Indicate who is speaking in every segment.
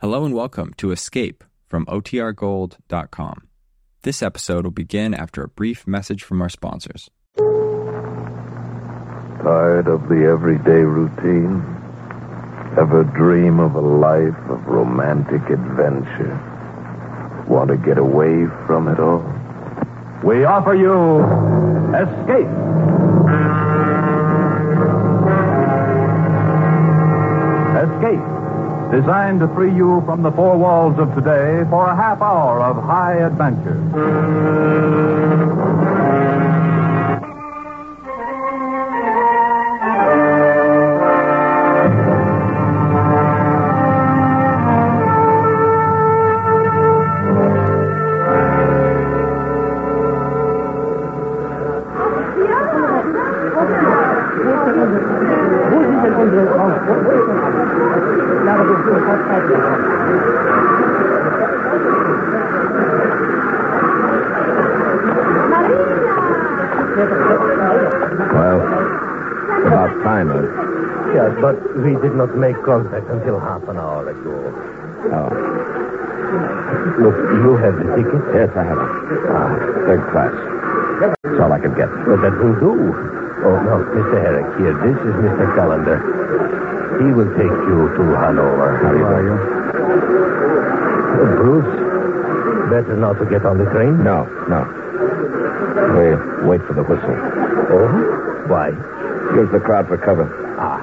Speaker 1: Hello and welcome to Escape from OTRGold.com. This episode will begin after a brief message from our sponsors.
Speaker 2: Tired of the everyday routine? Ever dream of a life of romantic adventure? Want to get away from it all? We offer you Escape! Escape, designed to free you from the four walls of today for a half hour of high adventure. Well, about time. huh?
Speaker 3: Yes, but we did not make contact until half an hour ago.
Speaker 2: Oh,
Speaker 3: Look, you have the ticket.
Speaker 2: yes, I have it. Ah, third class. That's all I could get.
Speaker 3: Well, that will do. Oh, no, Mr. Herrick, here, this is Mr. Callender. He will take you to Hanover.
Speaker 2: How are you?
Speaker 3: Uh, Bruce, better not to get on the train?
Speaker 2: No, no. We wait for the whistle.
Speaker 3: Oh? Why?
Speaker 2: Use the crowd for cover.
Speaker 3: Ah,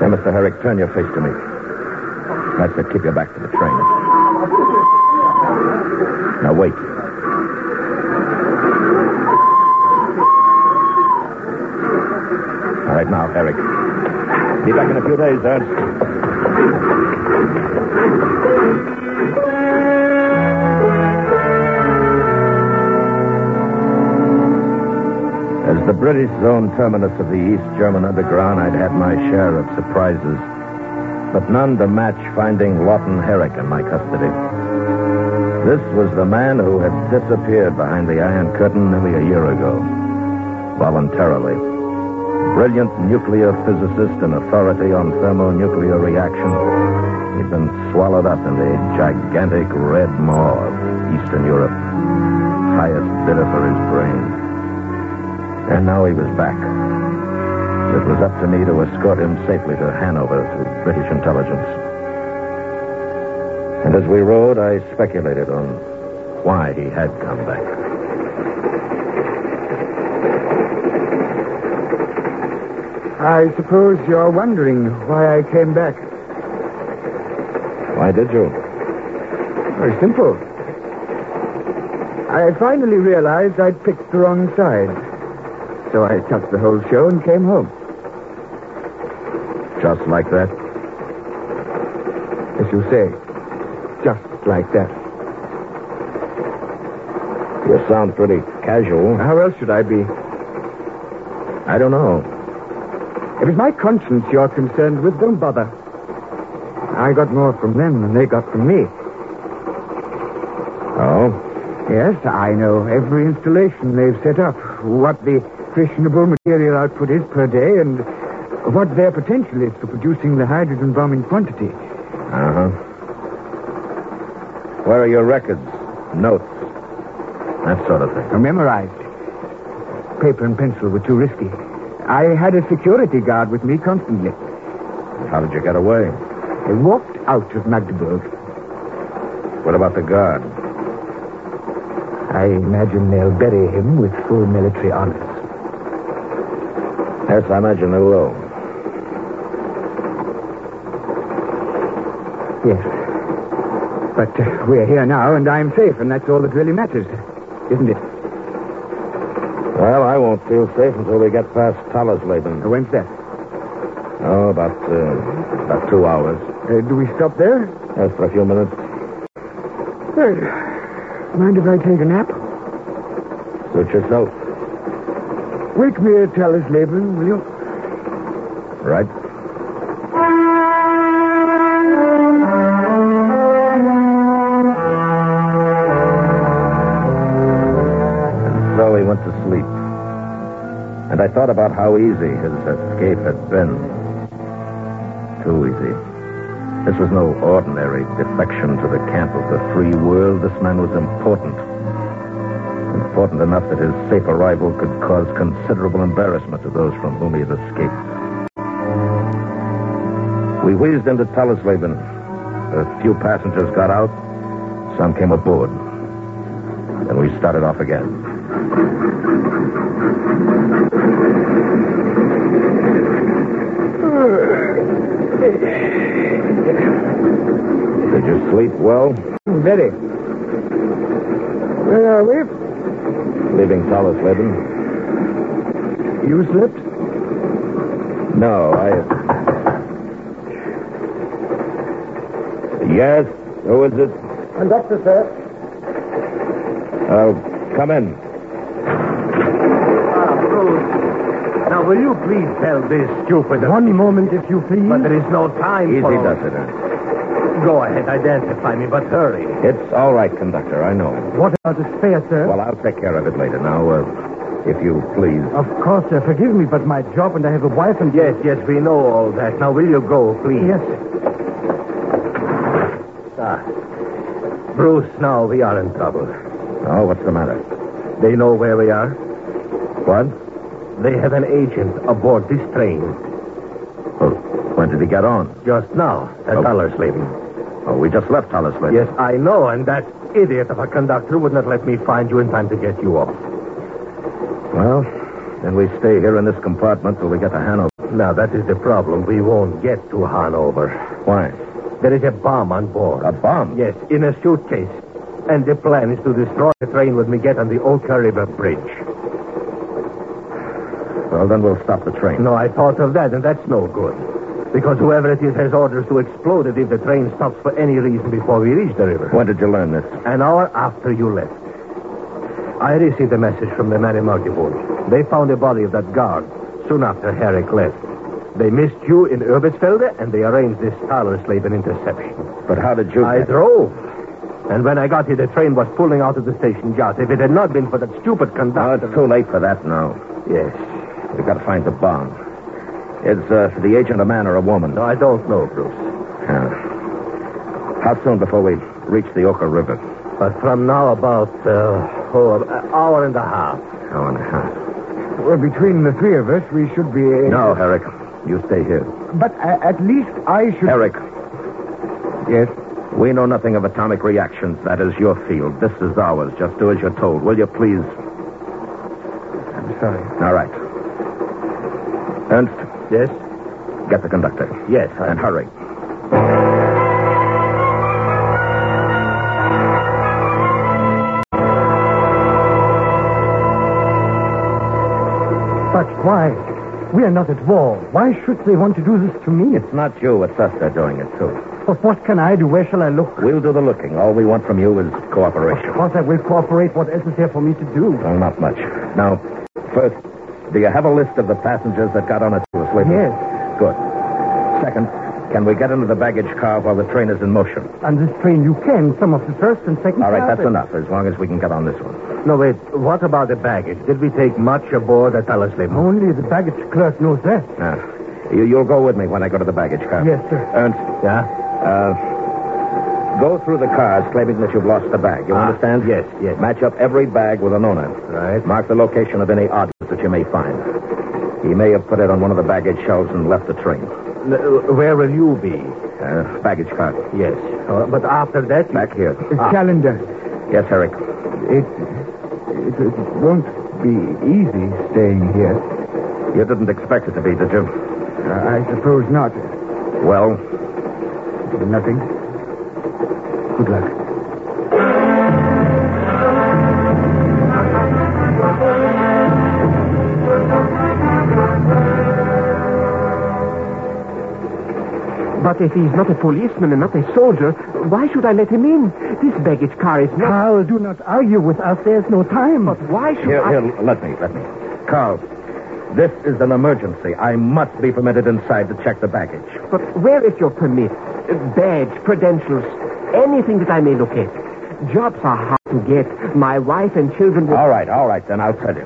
Speaker 2: Now, Mr. Herrick, turn your face to me. That's it. Keep your back to the train. Now, wait. All right, now, Herrick. Be back in a few days, Ernst. As the British zone terminus of the East German underground, I'd had my share of surprises, but none to match finding Lawton Herrick in my custody. This was the man who had disappeared behind the Iron Curtain nearly a year ago, voluntarily. Brilliant nuclear physicist and authority on thermonuclear reaction, he'd been swallowed up in the gigantic red maw of Eastern Europe, highest bidder for his brain. And now he was back. It was up to me to escort him safely to Hanover through British intelligence. And as we rode, I speculated on why he had come back.
Speaker 4: I suppose you're wondering why I came back.
Speaker 2: Why did you?
Speaker 4: Very simple. I finally realized I'd picked the wrong side. So I cut the whole show and came home.
Speaker 2: Just like that?
Speaker 4: As you say, just like that.
Speaker 2: You sound pretty casual.
Speaker 4: How else should I be?
Speaker 2: I don't know.
Speaker 4: If it's my conscience you're concerned with, don't bother. I got more from them than they got from me.
Speaker 2: Oh?
Speaker 4: Yes, I know every installation they've set up, what the fissionable material output is per day, and what their potential is for producing the hydrogen bomb in quantity.
Speaker 2: Uh huh. Where are your records, notes, that sort of thing?
Speaker 4: I Oh, memorized. Paper and pencil were too risky. I had a security guard with me constantly.
Speaker 2: How did you get away?
Speaker 4: I walked out of Magdeburg.
Speaker 2: What about the guard?
Speaker 4: I imagine they'll bury him with full military honors.
Speaker 2: Yes, I imagine they will.
Speaker 4: Yes. But uh, we're here now, and I'm safe, and that's all that really matters, isn't it?
Speaker 2: Well, I won't feel safe until we get past Tallersleben.
Speaker 4: Uh, When's that?
Speaker 2: Oh, about uh, about two hours.
Speaker 4: Uh, do we stop there?
Speaker 2: Yes, for a few minutes.
Speaker 4: Well, mind if I take a nap?
Speaker 2: Suit yourself.
Speaker 4: Wake me at Tallisleben, will you?
Speaker 2: Right? And so he went to sleep. And I thought about how easy his escape had been. Too easy. This was no ordinary defection to the camp of the free world. This man was important. Important enough that his safe arrival could cause considerable embarrassment to those from whom he had escaped. We whizzed into Talisleben. A few passengers got out. Some came aboard. Then we started off again. Did you sleep well?
Speaker 5: Very. Where are we?
Speaker 2: Leaving Talisleben?
Speaker 5: You slept?
Speaker 2: No, I. Yes? Who is it?
Speaker 6: Conductor, sir.
Speaker 2: Uh, come in.
Speaker 7: Ah, good. Now, will you please tell this stupid...
Speaker 6: One moment, if you please.
Speaker 7: But there is no time
Speaker 2: Easy,
Speaker 7: for...
Speaker 2: Dussiter.
Speaker 7: Go ahead, identify me, but hurry.
Speaker 2: It's all right, conductor. I know.
Speaker 6: What about the spare, sir?
Speaker 2: Well, I'll take care of it later. Now, uh, if you please.
Speaker 6: Of course, sir. Forgive me, but my job and I have a wife and...
Speaker 7: Yes, yes, we know all that. Now, will you go, please?
Speaker 6: Yes, sir.
Speaker 7: Ah. Bruce, now we are in trouble.
Speaker 2: Oh, what's the matter?
Speaker 7: They know where we are.
Speaker 2: What?
Speaker 7: They have an agent aboard this train
Speaker 2: Oh, when did he get on?
Speaker 7: just now at
Speaker 2: Oh.
Speaker 7: Dollarsleben.
Speaker 2: Oh, we just left Hollisley.
Speaker 7: Yes, I know, and that idiot of a conductor would not let me find you in time to get you off.
Speaker 2: Well, then we stay here in this compartment till we get to Hanover.
Speaker 7: Now, that is the problem. We won't get to Hanover.
Speaker 2: Why?
Speaker 7: There is a bomb on board.
Speaker 2: A bomb?
Speaker 7: Yes, in a suitcase. And the plan is to destroy the train when we get on the Oka River Bridge.
Speaker 2: Well, then we'll stop the train.
Speaker 7: No, I thought of that, and that's no good. Because whoever it is has orders to explode it if the train stops for any reason before we reach the river.
Speaker 2: When did you learn this?
Speaker 7: An hour after you left. I received a message from the Mary Magdeburg. They found the body of that guard soon after Herrick left. They missed you in Urbitsfelde, and they arranged this Thalersleben interception.
Speaker 2: But how did you...
Speaker 7: I drove. And when I got here, the train was pulling out of the station yard. If it had not been for that stupid
Speaker 2: Oh,
Speaker 7: conductor...
Speaker 2: it's too late for that now.
Speaker 7: Yes.
Speaker 2: We've got to find the bomb. Is uh, the agent a man or a woman?
Speaker 7: No, I don't know, Bruce.
Speaker 2: Yeah. How soon before we reach the Oka River?
Speaker 7: But from now about, uh, oh, an hour and a half.
Speaker 2: Hour and a half.
Speaker 5: Well, between the three of us, we should be.
Speaker 2: No, Herrick. You stay here.
Speaker 5: But a- at least I should.
Speaker 2: Herrick,
Speaker 5: Yes.
Speaker 2: we know nothing of atomic reactions. That is your field. This is ours. Just do as you're told. Will you please?
Speaker 5: I'm sorry.
Speaker 2: All right. Ernst,
Speaker 7: Yes?
Speaker 2: get the conductor.
Speaker 7: Yes, I...
Speaker 2: And hurry.
Speaker 6: But why? We are not at war. Why should they want to do this to me?
Speaker 2: It's not you, it's us that are doing it, too.
Speaker 6: But what can I do? Where shall I look?
Speaker 2: We'll do the looking. All we want from you is
Speaker 6: Of
Speaker 2: cooperation.
Speaker 6: course, I will cooperate. What else is there for me to do?
Speaker 2: Well, not much. Now, first, do you have a list of the passengers that got on a sleeper?
Speaker 6: Yes.
Speaker 2: Good. Second, can we get into the baggage car while the train is in motion?
Speaker 6: On this train, you can. Some of the first and second
Speaker 2: All right,
Speaker 6: class.
Speaker 2: that's enough, as long as we can get on this one.
Speaker 7: No, wait. What about the baggage? Did we take much aboard at Talisleben?
Speaker 6: Only the baggage clerk knows that.
Speaker 2: Now, Uh, you, you'll go with me when I go to the baggage car.
Speaker 6: Yes, sir.
Speaker 2: Ernst,
Speaker 7: Yeah?
Speaker 2: uh, go through the cars claiming that you've lost the bag. You
Speaker 7: Ah,
Speaker 2: understand?
Speaker 7: yes, yes.
Speaker 2: Match up every bag with an owner.
Speaker 7: Right.
Speaker 2: Mark the location of any oddness that you may find. He may have put it on one of the baggage shelves and left the train.
Speaker 7: N- where will you be?
Speaker 2: Uh, baggage car.
Speaker 7: Yes. Uh, but after that...
Speaker 2: Back here. Ah,
Speaker 5: A calendar.
Speaker 2: Yes, Eric.
Speaker 5: It, it. It won't be easy staying here.
Speaker 2: You didn't expect it to be, did you?
Speaker 5: I I suppose not.
Speaker 2: Well,
Speaker 5: Nothing. Good luck.
Speaker 8: But if he's not a policeman and not a soldier, why should I let him in? This baggage car is not.
Speaker 6: Carl, do not argue with us. There's no time.
Speaker 8: But why should
Speaker 2: here,
Speaker 8: I?
Speaker 2: here, let me, let me. Carl, this is an emergency. I must be permitted inside to check the baggage.
Speaker 8: But where is your permit? Uh, Badge, credentials, anything that I may look at. Jobs are hard to get. My wife and children will.
Speaker 2: All right, all right, then I'll tell you.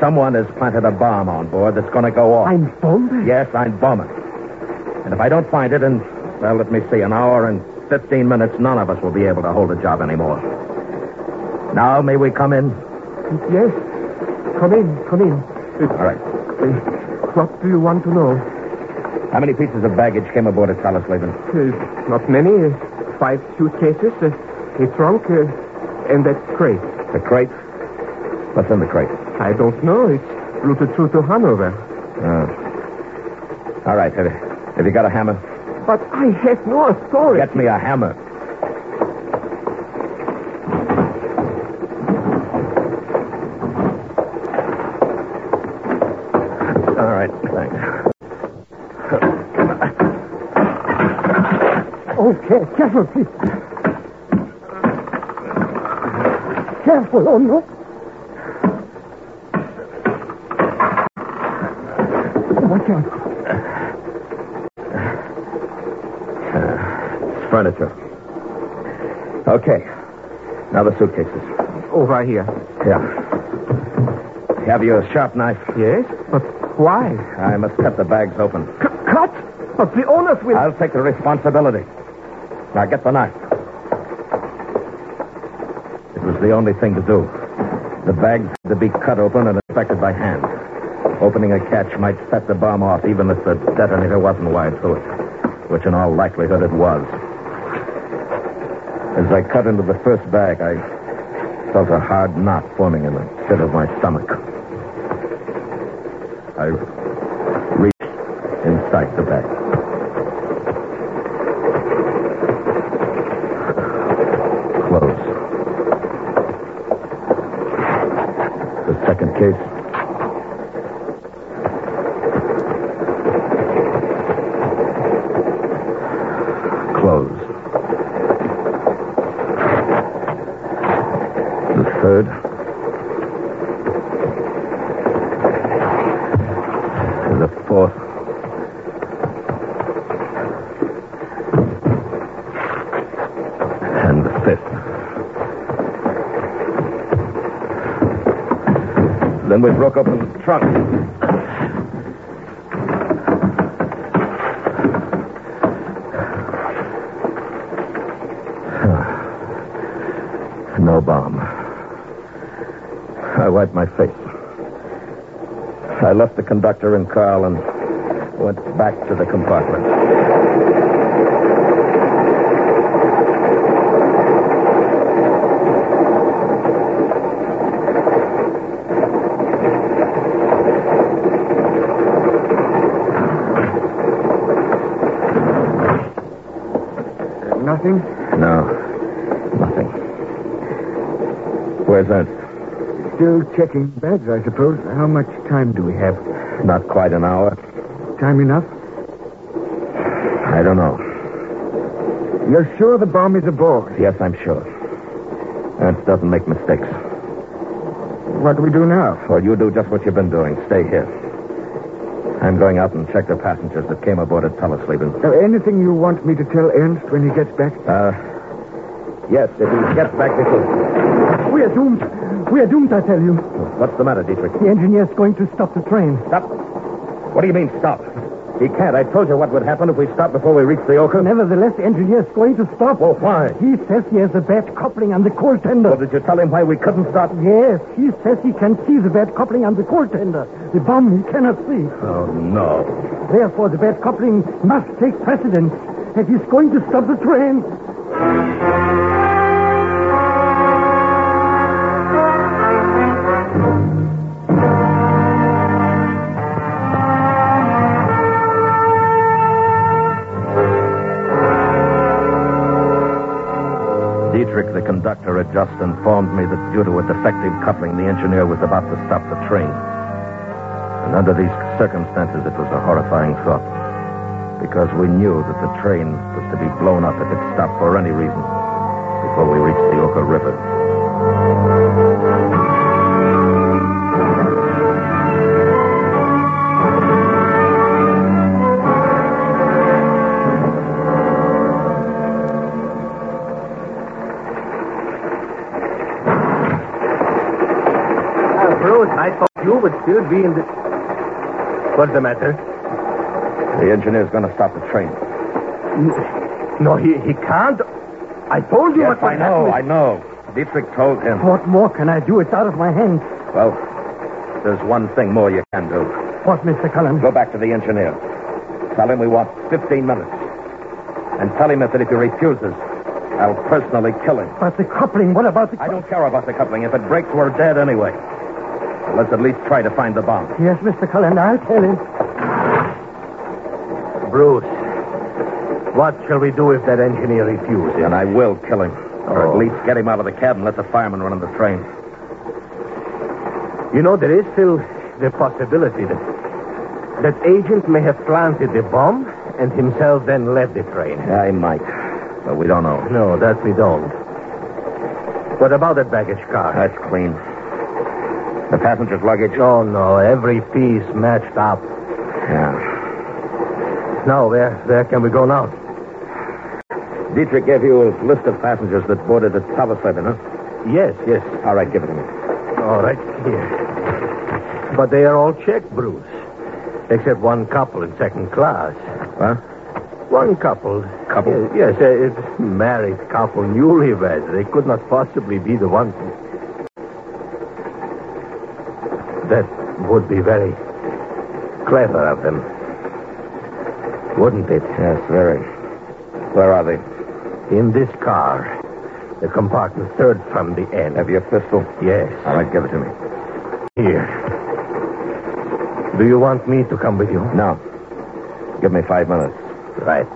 Speaker 2: Someone has planted a bomb on board that's going to go off.
Speaker 8: I'm bombed.
Speaker 2: Yes, I'm bombing. And if I don't find it, and Well, let me see. An hour and 15 minutes, none of us will be able to hold a job anymore. Now, may we come in?
Speaker 7: Yes. Come in, come in.
Speaker 2: All right.
Speaker 7: What do you want to know?
Speaker 2: How many pieces of baggage came aboard at Tallis Laban?
Speaker 7: Uh,
Speaker 9: Not many. Five suitcases, a trunk,
Speaker 7: uh,
Speaker 9: and that crate.
Speaker 2: The crate? What's in the crate?
Speaker 9: I don't know. It's routed through to Hanover.
Speaker 2: Oh. Uh, All right. Have you, have you got a hammer?
Speaker 9: But I have no authority.
Speaker 2: Get me a hammer. All right, thanks.
Speaker 7: Oh, care- careful, please. Careful, oh no. Watch out.
Speaker 2: It's furniture. Okay. Now the suitcases.
Speaker 9: Over here.
Speaker 2: Yeah. Have you a sharp knife?
Speaker 9: Yes? But why?
Speaker 2: I must cut the bags open.
Speaker 9: cut? But the owners will.
Speaker 2: I'll take the responsibility. Now get the knife. It was the only thing to do. The bags had to be cut open and inspected by hand. Opening a catch might set the bomb off even if the detonator wasn't wired to it, which in all likelihood it was. As I cut into the first bag, I felt a hard knot forming in the pit of my stomach. I reached inside the bag. Close. The second case. Close. The third. The fourth. And the fifth. Then we broke open the trunk. Ah. No bomb. I wiped my face. I left the conductor and Carl and went back to the compartment. Uh,
Speaker 4: Nothing?
Speaker 2: No, nothing. Where's Ernst?
Speaker 4: Still checking bags, I suppose. How much time do we have?
Speaker 2: Not quite an hour.
Speaker 4: Time enough?
Speaker 2: I don't know.
Speaker 4: You're sure the bomb is aboard?
Speaker 2: Yes, I'm sure. Ernst doesn't make mistakes.
Speaker 4: What do we do now?
Speaker 2: Well, you do just what you've been doing. Stay here. I'm going out and check the passengers that came aboard at Tullisleben.
Speaker 4: Uh, anything you want me to tell Ernst when he gets back?
Speaker 2: Uh, yes, if he gets back before.
Speaker 7: We are doomed. We are doomed, I tell you.
Speaker 2: What's the matter, Dietrich?
Speaker 7: The engineer's going to stop the train.
Speaker 2: Stop. What do you mean, stop? He can't. I told you what would happen if we stopped before we reached the Oka.
Speaker 7: Nevertheless, the engineer's going to stop.
Speaker 4: Oh.
Speaker 2: Well, why?
Speaker 7: He says he has a bad coupling on the coal tender.
Speaker 2: Well, did you tell him why we couldn't stop?
Speaker 7: Yes, he says he can see the bad coupling on the coal tender. The bomb he cannot see.
Speaker 2: Oh, no.
Speaker 7: Therefore, the bad coupling must take precedence. And he's going to stop the train.
Speaker 2: Dietrich, the conductor, had just informed me that due to a defective coupling, the engineer was about to stop the train. And under these circumstances, it was a horrifying thought. Because we knew that the train was to be blown up if it stopped for any reason before we reached the Oka River.
Speaker 9: Bruce, I thought you would still be in the. What's the matter?
Speaker 2: The engineer's going to stop the train.
Speaker 3: No, he, he can't. I told you what
Speaker 2: Yes, I
Speaker 3: was
Speaker 2: know,
Speaker 3: happening.
Speaker 2: I know. Dietrich told him.
Speaker 7: What more can I do? It's out of my hands.
Speaker 2: Well, there's one thing more you can do.
Speaker 7: What, Mr. Cullen?
Speaker 2: Go back to the engineer. Tell him we want 15 minutes. And tell him that if he refuses, I'll personally kill him.
Speaker 7: About the coupling, what about the...
Speaker 2: I don't care about the coupling. If it breaks, we're dead anyway. Let's at least try to find the bomb.
Speaker 7: Yes, Mr. Cullen, I'll tell him.
Speaker 3: Bruce, what shall we do if that engineer refuses? Oh.
Speaker 2: And I will kill him. Or at least get him out of the cab and let the fireman run him the train.
Speaker 3: You know, there is still the possibility that that agent may have planted the bomb and himself then led the train.
Speaker 2: I might. But we don't know.
Speaker 3: No, that we don't. What about that baggage car?
Speaker 2: That's clean. The passenger's luggage.
Speaker 3: Oh, no, every piece matched up.
Speaker 2: Yeah.
Speaker 3: Now, where, where can we go now?
Speaker 2: Dietrich gave you a list of passengers that boarded at Palisade, huh?
Speaker 3: Yes, yes.
Speaker 2: All right, give it to me.
Speaker 3: All right, here. But they are all checked, Bruce. Except one couple in second class.
Speaker 2: Huh?
Speaker 3: One couple.
Speaker 2: Couple?
Speaker 3: Yes, yes, a a married couple, newlyweds. They could not possibly be the one. That would be very clever of them, wouldn't it?
Speaker 2: Yes, very. Where are they?
Speaker 3: In this car, the compartment third from the end.
Speaker 2: Have your pistol?
Speaker 3: Yes,
Speaker 2: All right, give it to me.
Speaker 3: here. Do you want me to come with you?
Speaker 2: No. Give me five minutes.
Speaker 3: Right.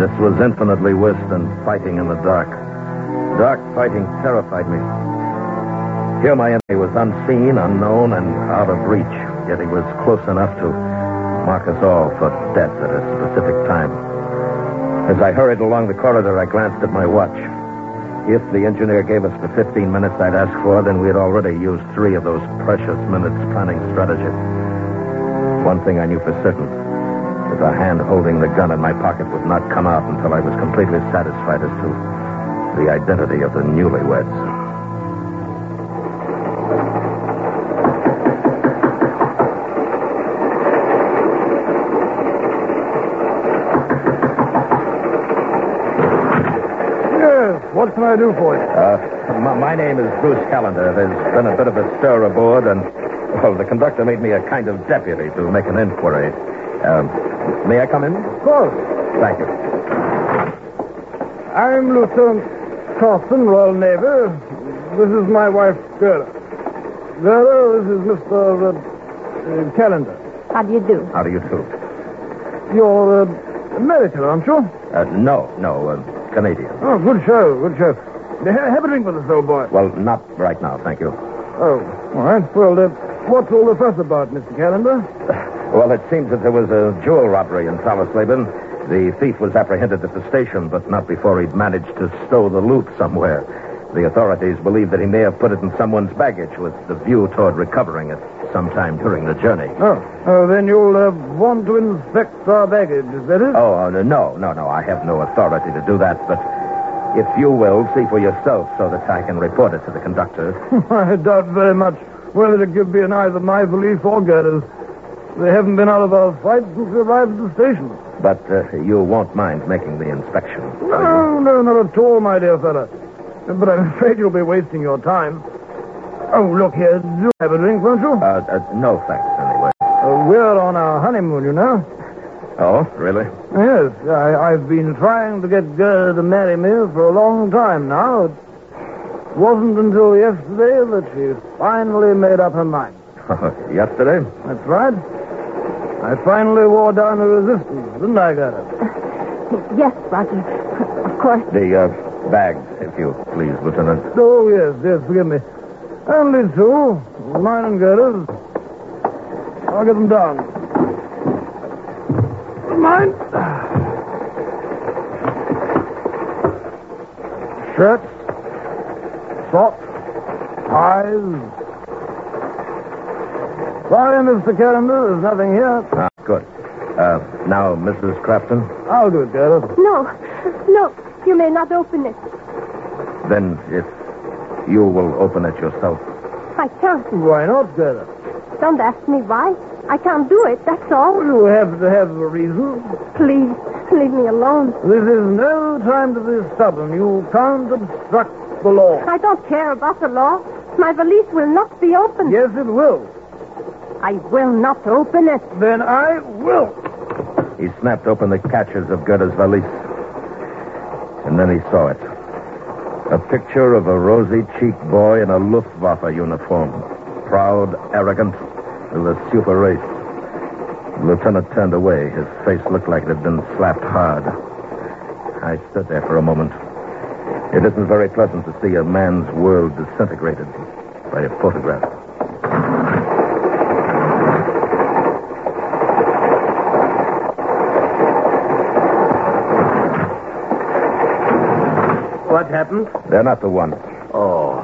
Speaker 2: This was infinitely worse than fighting in the dark. Dark fighting terrified me. Here my enemy was unseen, unknown, and out of reach. Yet he was close enough to mark us all for death at a specific time. As I hurried along the corridor, I glanced at my watch. If the engineer gave us the 15 minutes I'd asked for, then we had already used three of those precious minutes planning strategy. One thing I knew for certain that the hand holding the gun in my pocket would not come out until I was completely satisfied as to the identity of the newlyweds.
Speaker 7: Yes, what can I do for you?
Speaker 2: Uh, my, my name is Bruce Callender. There's been a bit of a stir aboard, and, well, the conductor made me a kind of deputy to make an inquiry. Um, may I come in?
Speaker 7: Of course.
Speaker 2: Thank you.
Speaker 7: I'm Lieutenant Carson, Royal Navy. This is my wife, Vera. Vera, this is Mr. Uh, uh, Calendar.
Speaker 10: How do you do?
Speaker 2: How do you do?
Speaker 7: You're uh, American, aren't you?
Speaker 2: Uh, no, no, uh, Canadian.
Speaker 7: Oh, good show, good show. Ha- Have a drink with us, old boy.
Speaker 2: Well, not right now, thank you.
Speaker 7: Oh, all right. Well, uh, what's all the fuss about, Mr. Calendar?
Speaker 2: Well, it seems that there was a jewel robbery in Salaslaban. The thief was apprehended at the station, but not before he'd managed to stow the loot somewhere. The authorities believe that he may have put it in someone's baggage with the view toward recovering it sometime during the journey.
Speaker 7: Oh, oh then you'll uh, want to inspect our baggage, is that it?
Speaker 2: Oh, uh, no, no, no. I have no authority to do that, but if you will, see for yourself so that I can report it to the conductor.
Speaker 7: I doubt very much whether it could be in either my belief or Gerda's. They haven't been out of our sight since we arrived at the station.
Speaker 2: But uh, you won't mind making the inspection.
Speaker 7: No, no, not at all, my dear fellow. But I'm afraid you'll be wasting your time. Oh, look here. Do have a drink, won't you?
Speaker 2: Uh, uh, no thanks, anyway.
Speaker 7: Uh, we're on our honeymoon, you know.
Speaker 2: Oh, really?
Speaker 7: Yes, I, I've been trying to get Gerda to marry me for a long time now. It wasn't until yesterday that she finally made up her mind.
Speaker 2: Uh-huh. Yesterday?
Speaker 7: That's right. I finally wore down her resistance, didn't I, Gerda?
Speaker 10: Yes, Roger. Of course.
Speaker 2: The uh, bags, if you please, Lieutenant.
Speaker 7: Oh, yes, yes, forgive me. Only two, mine and Gerda's. I'll get them down. Mine. Shirts, socks, ties. Sorry, Mr. Calendar, there's nothing here.
Speaker 2: Ah, good. Uh, now, Mrs. Crafton,
Speaker 7: I'll do it, Gerda.
Speaker 10: No, no, you may not open it.
Speaker 2: then if you will open it yourself.
Speaker 10: I can't.
Speaker 7: Why not, Gerda?
Speaker 10: Don't ask me why. I can't do it, that's all.
Speaker 11: You have to have a reason.
Speaker 10: Please, leave me alone.
Speaker 11: This is no time to be stubborn. You can't obstruct the law.
Speaker 10: I don't care about the law. My valise will not be opened.
Speaker 11: Yes, it will.
Speaker 10: I will not open it.
Speaker 11: Then I will.
Speaker 2: He snapped open the catches of Gerda's valise. And then he saw it. A picture of a rosy cheeked boy in a Luftwaffe uniform. Proud, arrogant, of the super race. The lieutenant turned away. His face looked like it had been slapped hard. I stood there for a moment. It isn't very pleasant to see a man's world disintegrated by a photograph.
Speaker 11: What happened?
Speaker 2: They're not the one.
Speaker 11: Oh.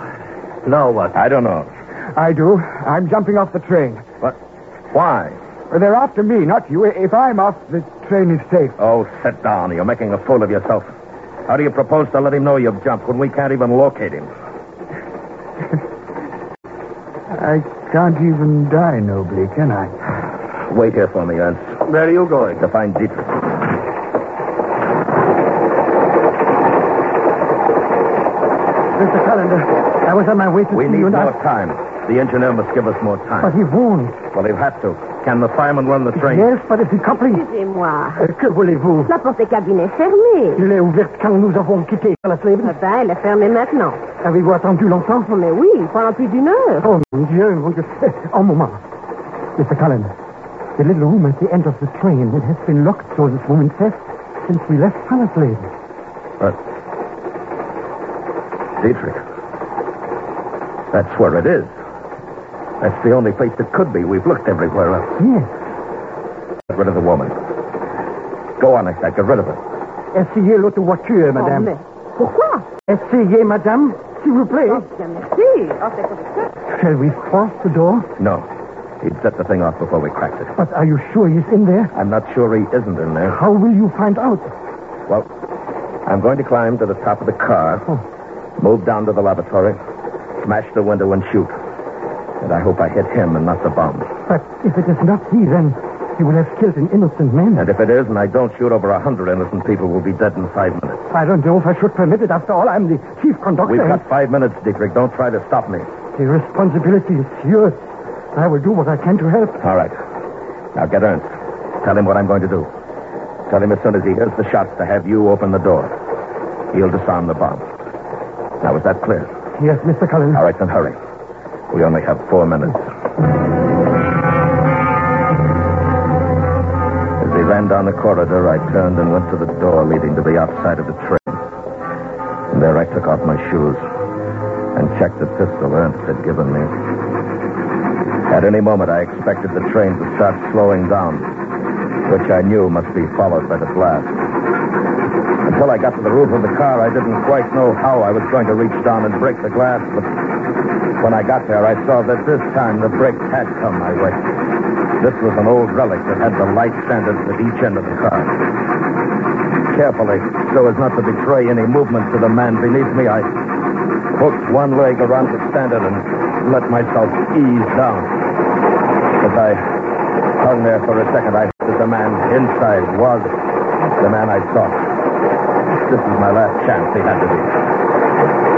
Speaker 11: Now what?
Speaker 2: I don't know.
Speaker 7: I do. I'm jumping off the train.
Speaker 2: But why?
Speaker 7: Well, they're after me, not you. If I'm off, the train is safe.
Speaker 2: Oh, sit down. You're making a fool of yourself. How do you propose to let him know you've jumped when we can't even locate him?
Speaker 7: I can't even die nobly, can I?
Speaker 2: Wait here for me, Ernst,
Speaker 11: Where are you going?
Speaker 2: to find Dietrich.
Speaker 7: Mr. Callender, I was on my way to
Speaker 2: We
Speaker 7: see
Speaker 2: need
Speaker 7: you, and
Speaker 2: more
Speaker 7: I...
Speaker 2: time. The engineer must give us more
Speaker 7: But
Speaker 2: time.
Speaker 7: he won't.
Speaker 2: Well, he'll have to. Can the fireman run the train?
Speaker 7: Yes, but it's decoupling.
Speaker 10: Excusez-moi.
Speaker 7: Euh, que voulez-vous?
Speaker 10: La porte des cabines est fermée.
Speaker 7: Elle est ouverte quand nous avons quitté Fairhaven.
Speaker 10: Ah ben, elle est fermée maintenant.
Speaker 7: Avez-vous attendu longtemps?
Speaker 10: Oh, mais oui, pendant plus d'une heure.
Speaker 7: Oh, mon Dieu, mon Dieu. Un moment. Mr. Callender, the little room at the end of the train, it has been locked, so this woman says, since we left Palisade.
Speaker 2: But... Dietrich. That's where it is. That's the only place it could be. We've looked everywhere else.
Speaker 7: Yes,
Speaker 2: Get rid of the woman. Go on, Isaac. Get rid of her.
Speaker 7: essayez l'autre voiture,
Speaker 10: Oh,
Speaker 7: madame.
Speaker 10: mais pourquoi?
Speaker 7: Essayez, madame, s'il vous plaît.
Speaker 10: Oh, bien, merci. Oh, c'est comme ça.
Speaker 7: Shall we force the door?
Speaker 2: No. He'd set the thing off before we cracked it.
Speaker 7: But are you sure he's in there?
Speaker 2: I'm not sure he isn't in there.
Speaker 7: How will you find out?
Speaker 2: Well, I'm going to climb to the top of the car, move down to the laboratory, smash the window and shoot. And I hope I hit him and not the bomb.
Speaker 7: But if it is not he, then he will have killed an innocent man.
Speaker 2: And if it is and I don't shoot, over a hundred innocent people will be dead in five minutes.
Speaker 7: I don't know if I should permit it. After all, I'm the chief conductor.
Speaker 2: We've got five minutes, Dietrich. Don't try to stop me.
Speaker 7: The responsibility is yours. I will do what I can to help.
Speaker 2: All right. Now get Ernst. Tell him what I'm going to do. Tell him as soon as he hears the shots to have you open the door. He'll disarm the bomb. Now, is that clear?
Speaker 7: Yes, Mr. Cullen.
Speaker 2: All right, then hurry. We only have four minutes. As they ran down the corridor, I turned and went to the door leading to the outside of the train. And there I took off my shoes and checked the pistol Ernst had given me. At any moment, I expected the train to start slowing down, which I knew must be followed by the blast. Until I got to the roof of the car, I didn't quite know how I was going to reach down and break the glass, but when I got there, I saw that this time the brakes had come my way. This was an old relic that had the light standards at each end of the car. Carefully, so as not to betray any movement to the man beneath me, I hooked one leg around the standard and let myself ease down. As I hung there for a second, I hoped that the man inside was the man I sought. This was my last chance, he had to be.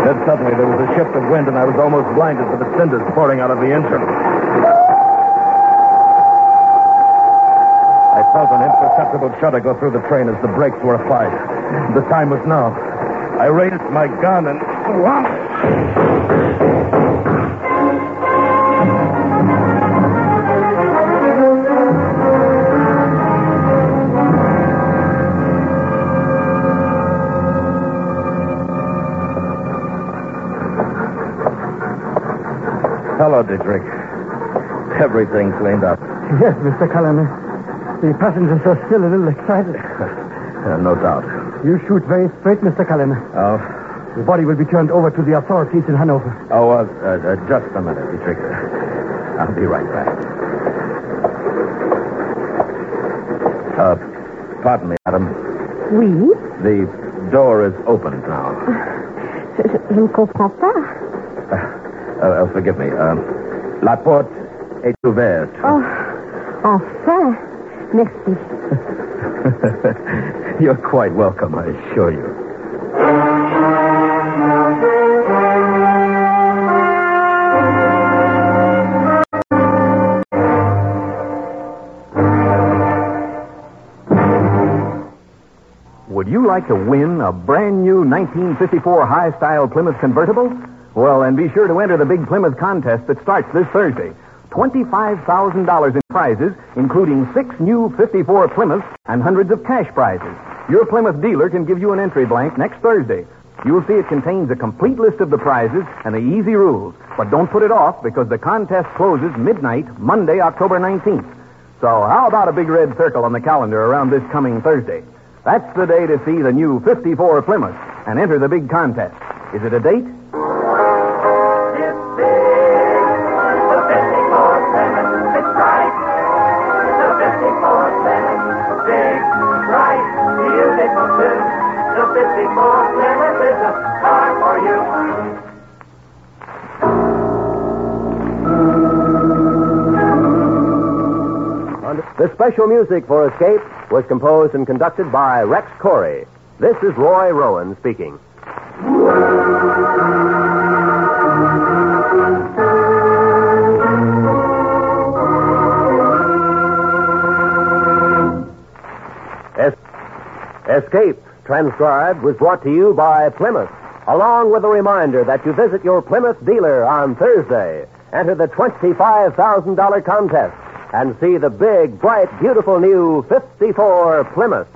Speaker 2: Then suddenly there was a shift of wind, and I was almost blinded by the cinders pouring out of the engine. I felt an imperceptible shudder go through the train as the brakes were applied. The time was now. I raised my gun and launched. Hello, Dietrich. Everything cleaned up.
Speaker 7: Yes, Mr. Cullen. The passengers are still a little excited.
Speaker 2: Uh, no doubt.
Speaker 7: You shoot very straight, Mr. Cullen.
Speaker 2: Oh,
Speaker 7: The body will be turned over to the authorities in Hanover.
Speaker 2: oh, uh, uh, just a minute, Dietrich. I'll be right back. Uh, pardon me, madam.
Speaker 10: Oui,
Speaker 2: The door is open now.
Speaker 10: je, je- je ne comprends pas.
Speaker 2: Uh, uh, forgive me. Um, la porte est ouverte.
Speaker 10: Oh, Enfin. Merci.
Speaker 2: You're quite welcome, I assure you. Would you like to win a brand new 1954 high style Plymouth convertible? Well, then be sure to enter the big Plymouth contest that starts this Thursday. $25,000 in prizes, including six new 54 Plymouths and hundreds of cash prizes. Your Plymouth dealer can give you an entry blank next Thursday. You'll see it contains a complete list of the prizes and the easy rules. But don't put it off because the contest closes midnight, Monday, October 19th. So how about a big red circle on the calendar around this coming Thursday? That's the day to see the new 54 Plymouth and enter the big contest. Is it a date?
Speaker 12: The special music for Escape was composed and conducted by Rex Corey. This is Roy Rowan speaking. Es- Escape, transcribed, was brought to you by Plymouth, along with a reminder that you visit your Plymouth dealer on Thursday. Enter the $25,000 contest and see the big, bright, beautiful new 54 Plymouth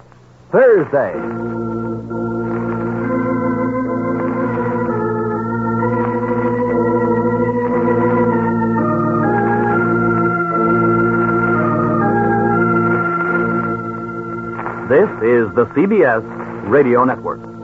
Speaker 12: Thursday. This is the CBS Radio Network.